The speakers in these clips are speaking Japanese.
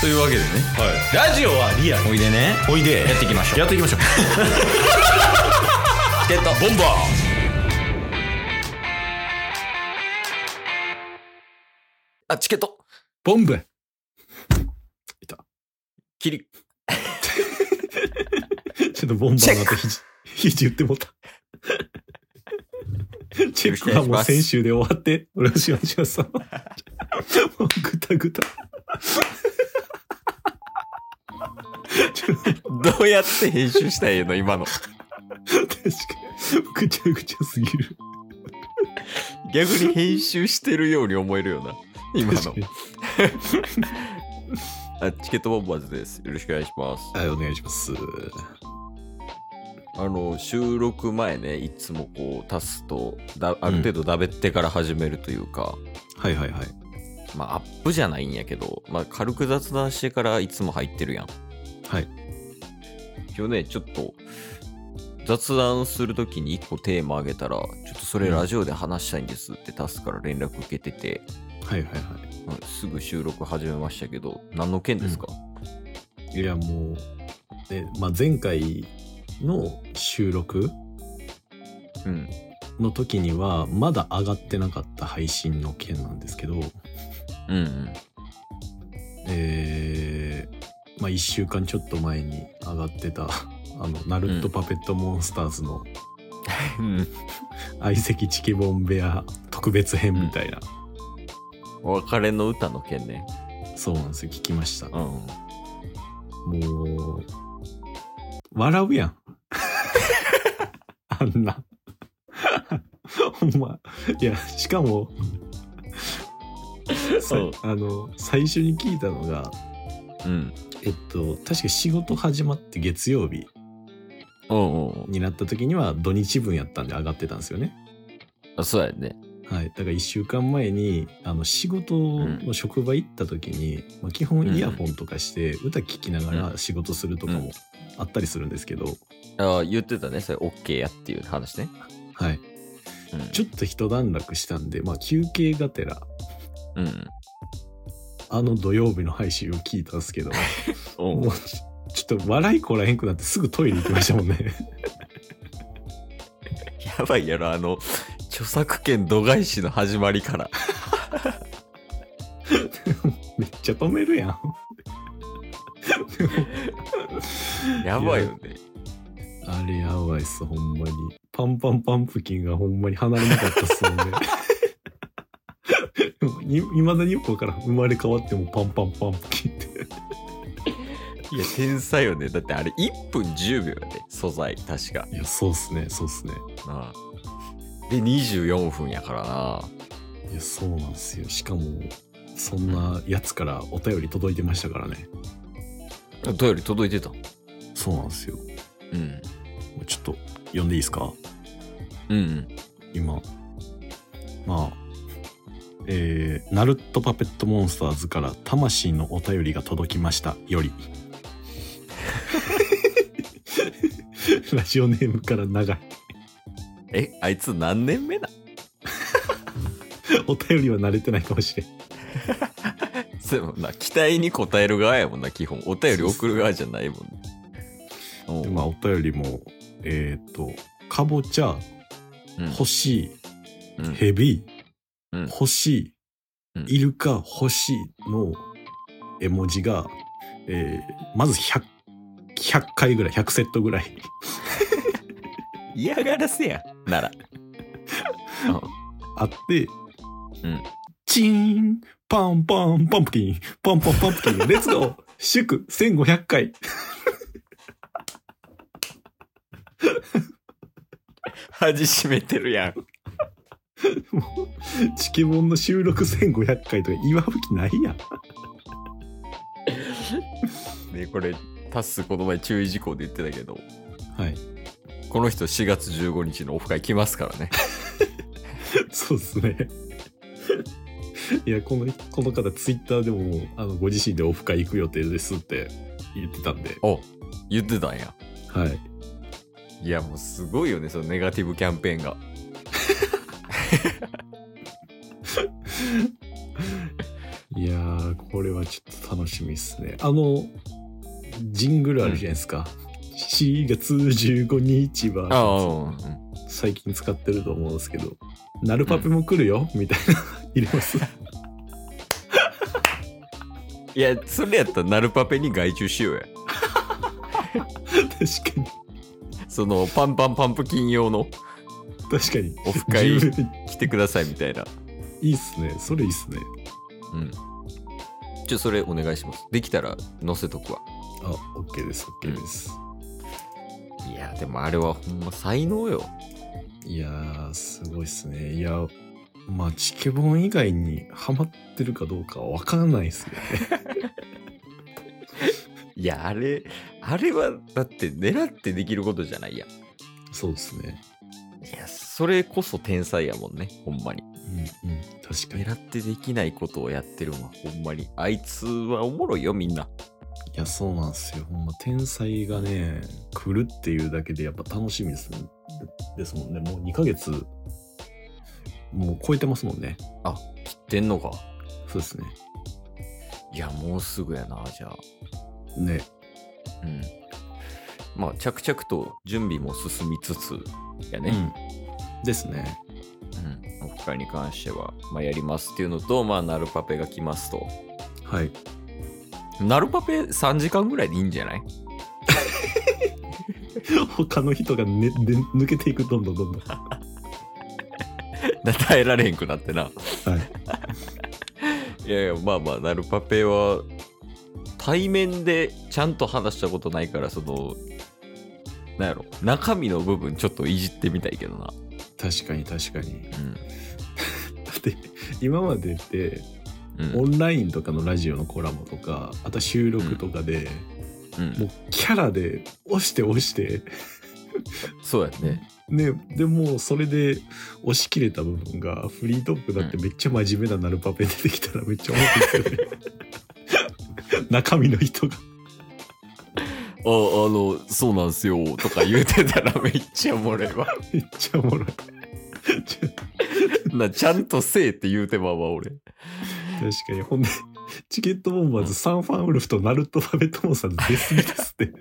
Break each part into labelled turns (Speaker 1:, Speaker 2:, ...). Speaker 1: というわけでね
Speaker 2: ラジオはリアル
Speaker 1: おいでね
Speaker 2: おいで
Speaker 1: やっていきましょう
Speaker 2: やっていきましょう
Speaker 1: チケットボンバーあチケット
Speaker 2: ボンブ
Speaker 1: 切り
Speaker 2: ちょっとボンバーの後肘肘言ってもうたチェックはもう先週で終わって俺はしわしわさんもうグタグタ
Speaker 1: どうやって編集したらいいの今の
Speaker 2: 確かにぐちゃぐちゃすぎる
Speaker 1: 逆に編集してるように思えるよな今
Speaker 2: 確か
Speaker 1: の
Speaker 2: に
Speaker 1: あチケットボンバーズですよろしくお願いします
Speaker 2: はいお願いします
Speaker 1: あの収録前ねいつもこう足すとだある程度だべってから始めるというか、
Speaker 2: はいはいはい
Speaker 1: まあアップじゃないんやけど、まあ、軽く雑談してからいつも入ってるやん
Speaker 2: はい
Speaker 1: 今日ねちょっと雑談するときに1個テーマあげたらちょっとそれラジオで話したいんですってタスから連絡受けてて、
Speaker 2: はいはいは
Speaker 1: まあすぐ収録始めましたけど何の件ですか、
Speaker 2: いいやもうえ、まあ、前回の収録
Speaker 1: うん
Speaker 2: の時にはまだ上がってなかった配信の件なんですけど
Speaker 1: うんうん
Speaker 2: えーまあ1週間ちょっと前に上がってた あのナルトパペットモンスターズの
Speaker 1: うん
Speaker 2: 相席チケボンベア特別編みたいな、
Speaker 1: お別れの歌の件ね
Speaker 2: そうなんですよ聞きました
Speaker 1: う
Speaker 2: も
Speaker 1: ん
Speaker 2: う笑うやん あんな ほんまいやしかもさ
Speaker 1: うん
Speaker 2: あの最初に聞いたのが
Speaker 1: うん
Speaker 2: えっと確か仕事始まって月曜日
Speaker 1: うんうんうん
Speaker 2: になった時には土日分やったんで上がってたんですよね。
Speaker 1: あそうやね
Speaker 2: はい、だから1週間前にあの仕事の職場行った時に、まあ、基本イヤホンとかして歌聴きながら仕事するとかもあったりするんですけど、
Speaker 1: あ言ってたねそれ OK やっていう話ね、
Speaker 2: はい、
Speaker 1: うん、
Speaker 2: ちょっと一段落したんで、まあ、休憩がてら
Speaker 1: うん
Speaker 2: あの土曜日の配信を聞いたんです けど
Speaker 1: うん
Speaker 2: もうちょっと笑いこらへんくなってすぐトイレ行きましたもんね。
Speaker 1: やばいやろ、あの、著作権度外視の始まりから。
Speaker 2: めっちゃ止めるやん。
Speaker 1: やばいよね。
Speaker 2: あれやばいっす、ほんまに。パンパンパンプキンがほんまに離れなかったっす よね。いまだによくわからん。生まれ変わってもパンパンパンプキンって。
Speaker 1: いや、天才よね。だってあれ、1分10秒やで、素材、確か。
Speaker 2: いや、そうっすね、そうっすね。
Speaker 1: なあで、24分やからな。
Speaker 2: いや、そうなんすよ。しかも、そんなやつからお便り届いてましたからね。
Speaker 1: どうより届いてた。
Speaker 2: そうなんすよ。
Speaker 1: うん。
Speaker 2: ちょっと、読んでいいですか
Speaker 1: うんうん。
Speaker 2: 今。まあ。えー、ナルトパペットモンスターズから魂のお便りが届きましたよりラジオネームから長い
Speaker 1: え、あいつ何年目だ
Speaker 2: お便りは慣れてないかもしれん
Speaker 1: そうやもんな、期待に応える側やもんな、基本。お便り送る側じゃない もんね。お
Speaker 2: で
Speaker 1: う
Speaker 2: まあお便りもえっ、とかぼちゃ
Speaker 1: うん
Speaker 2: 欲しい、
Speaker 1: うん
Speaker 2: ヘビ、
Speaker 1: うん
Speaker 2: 欲しい、
Speaker 1: うん
Speaker 2: イルカ欲しいの絵文字が、えーまず 100, 100回ぐらい100セットぐらい
Speaker 1: 嫌がらせや。な ら。
Speaker 2: あって、
Speaker 1: うん
Speaker 2: チーンパンパンパンプキンパンパンパンプキンレッツゴー祝1500回
Speaker 1: 恥しめてるやん。
Speaker 2: チケボンの収録1500回とか祝う気ないやん
Speaker 1: ねこれタッスこの前注意事項で言ってたけど
Speaker 2: はい
Speaker 1: この人4月15日のオフ会来ますからね
Speaker 2: そうですねいやこのこの方ツイッターでももうあのご自身でオフ会行く予定ですって言ってたんで
Speaker 1: お言ってたんや
Speaker 2: はい
Speaker 1: いやもうすごいよねそのネガティブキャンペーンが
Speaker 2: いやーここれはちょっと楽しみですね。あの、ジングルあるじゃないですか。4月15日は、
Speaker 1: ああ、うんうん。
Speaker 2: 最近使ってると思うんですけど、ナルパペも来るよ、みたいな、入れます。
Speaker 1: いや、それやったらナルパペに外注しようや。
Speaker 2: 確かに、
Speaker 1: そのパンパンパンプキン用の
Speaker 2: 確かに。
Speaker 1: オフ会
Speaker 2: 十分
Speaker 1: 来てくださいみたいな。
Speaker 2: いいっすね。それいいっすね。
Speaker 1: うん。ちょ、それお願いします。できたら載せとくわ。
Speaker 2: あ、OK です、OK です。
Speaker 1: いや、でもあれはほんま才能よ。
Speaker 2: いやー、すごいっすね。いや、まあ、チケボン以外にハマってるかどうかはわからないっすね。
Speaker 1: いや、あれ、あれはだって狙ってできることじゃないやん。
Speaker 2: そうですね。
Speaker 1: いや、それこそ天才やもんね、ほんまに。
Speaker 2: うんうん、確かに。い
Speaker 1: 狙ってできないことをやってるのはほんまに。あいつはおもろいよ、みんな。
Speaker 2: や、そうなんですよ。ほんま、天才がね、来るっていうだけでやっぱ楽しみですね。ですもんね。もう2ヶ月、もう超えてますもんね。
Speaker 1: 切ってんのか。
Speaker 2: そうですね。
Speaker 1: いや、もうすぐやな、じゃあ。
Speaker 2: ね。
Speaker 1: うん。まあ、着々と準備も進みつつ、やね。
Speaker 2: うん。ですね。
Speaker 1: うん、オフ会に関しては、まあ、やりますっていうのと、まあ、ナルパペが来ますと。
Speaker 2: はい。
Speaker 1: ナルパペ3時間ぐらいでいいんじゃない
Speaker 2: 他の人が、ね、で抜けていく、どんどんどんどん。は
Speaker 1: だ耐えられへんくなってな。
Speaker 2: い。
Speaker 1: いやいや、まあまあ、ナルパペは、対面でちゃんと話したことないから、その、なんやろ、中身の部分ちょっといじってみたいけどな。
Speaker 2: 確かに、確かに。
Speaker 1: う
Speaker 2: だって、今までって、
Speaker 1: ん。うん。
Speaker 2: オンラインとかのラジオのコラボとか、あとは収録とかで、
Speaker 1: うん
Speaker 2: もうキャラで押して押して、
Speaker 1: そうやね。
Speaker 2: ね、でもうそれで押し切れた部分がフリートップだってめっちゃ真面目なナルパペ出てきたらめっちゃ面白いです よね中身の人が
Speaker 1: あ、あの、そうなんすよ、とか言うてたらめっちゃおもれば。
Speaker 2: めっちゃおもろいち ょ
Speaker 1: な、ちゃんとせえって言うてまうわ、俺。
Speaker 2: 確かにほんでチケットボンバーズサンファンウルフとナルトパペトモさん出すぎですって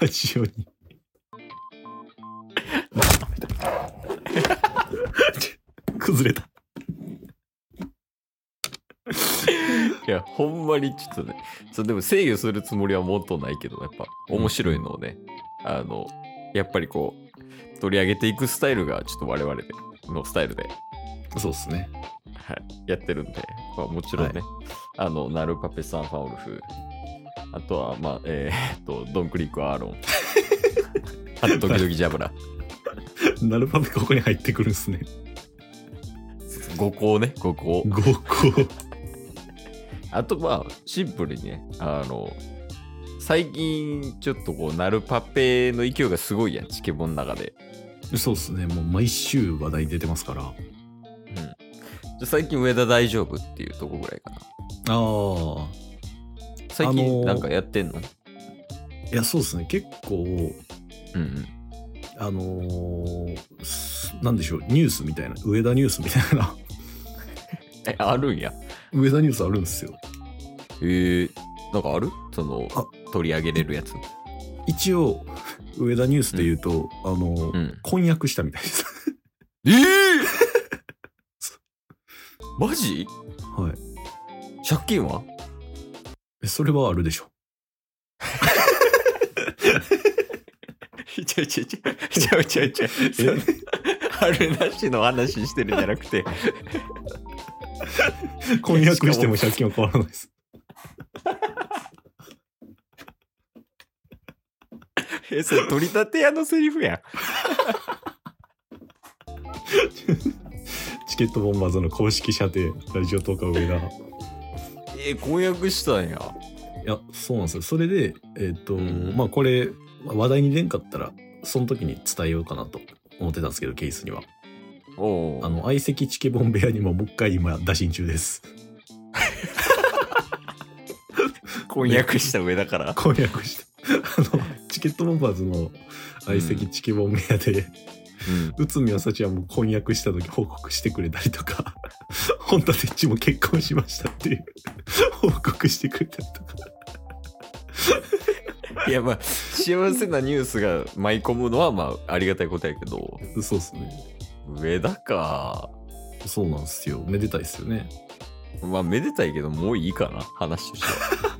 Speaker 2: ラジオに 崩れた
Speaker 1: いや、ほんまにちょっとね、そうでも制御するつもりはもっとないけど、やっぱ面白いのをね、あの、やっぱりこう、取り上げていくスタイルが、ちょっと我々でのスタイルで、
Speaker 2: そうですね
Speaker 1: はい、やってるんで、まあ、もちろんね、あの、ナルパペさん、ファウルフ、あとは、まあ、えー、っと、ドンクリーク、アーロン、あと、ドキドキジャブラ、
Speaker 2: ナルパペここに入ってくるんですね
Speaker 1: 5校ね、5校。
Speaker 2: 5個
Speaker 1: あとまあシンプルにねあの最近ちょっとこうナルパペの勢いがすごいやんチケボンの中で、
Speaker 2: そうですね、もう毎週話題出てますから。あ
Speaker 1: うん、じゃあ最近上田大丈夫っていうとこぐらいかな
Speaker 2: あ。
Speaker 1: 最
Speaker 2: あの
Speaker 1: 近
Speaker 2: ー
Speaker 1: なんかやってんの、
Speaker 2: いや、そうですね、結
Speaker 1: う
Speaker 2: 構、
Speaker 1: んうん
Speaker 2: あのーすなんでしょう、ニュースみたいな、上田ニュースみたいな、
Speaker 1: えあるんや
Speaker 2: 上田ニュースあるんですよ。
Speaker 1: えー、なんかあるその
Speaker 2: あ
Speaker 1: 取り上げれるやつ
Speaker 2: 一応、上田ニュースで言うと、あのー
Speaker 1: うん
Speaker 2: 婚約したみたいです。
Speaker 1: ええ マジ
Speaker 2: はい。
Speaker 1: 借金は
Speaker 2: えそれはあるでしょ。
Speaker 1: ちゃうちゃうちゃうちゃうちゃう ちゃうあるなしの話してるんじゃなく て
Speaker 2: 婚約しても借金は変わらないです。
Speaker 1: えそれ取り立て屋のセリフやん
Speaker 2: チケットボンバーズの公式射程、ラジオ10日上 田。
Speaker 1: えー、婚約したんや。
Speaker 2: いやそうなんですよそれでえっ、と、
Speaker 1: うん
Speaker 2: まあこれまあ話題に出んかったらその時に伝えようかなと思ってたんですけどケースには
Speaker 1: おう
Speaker 2: あの相席チケボン部屋にももう一回今打診 中です
Speaker 1: 婚約した上だから。
Speaker 2: 婚約してあのチケットボンバーズの相席チケボン部屋で
Speaker 1: うん。
Speaker 2: 内海あさちはもう婚約した時報告してくれたりとか 本田哲ちも結婚しましたっていう 報告してくれたりとか
Speaker 1: いやまあ幸せなニュースが舞い込むのはまあありがたいことやけど
Speaker 2: そうっすね
Speaker 1: 上田か
Speaker 2: そうなんですよめでたいっすよね
Speaker 1: まあめでたいけどもういいかな話としては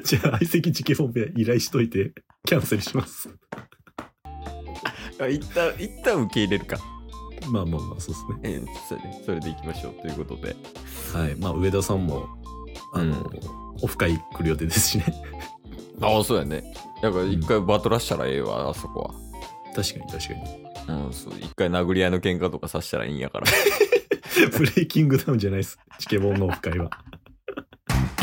Speaker 2: じゃあ相席事件本編依頼しといてキャンセルします
Speaker 1: あ一旦一旦受け入れるか
Speaker 2: まあまあまあそうっす
Speaker 1: え
Speaker 2: ね
Speaker 1: ーそれでそれでいきましょうということで
Speaker 2: はい、まあ上田さんもあの、
Speaker 1: うん
Speaker 2: オフ会来る予定ですしね
Speaker 1: ああそうやねだから一回バトらしたらええわ、あそこ
Speaker 2: 確かに確かに
Speaker 1: はうんそう一回殴り合いの喧嘩とかさしたらいいんやから
Speaker 2: ブレイキングダウンじゃないですチケボンのオフ会は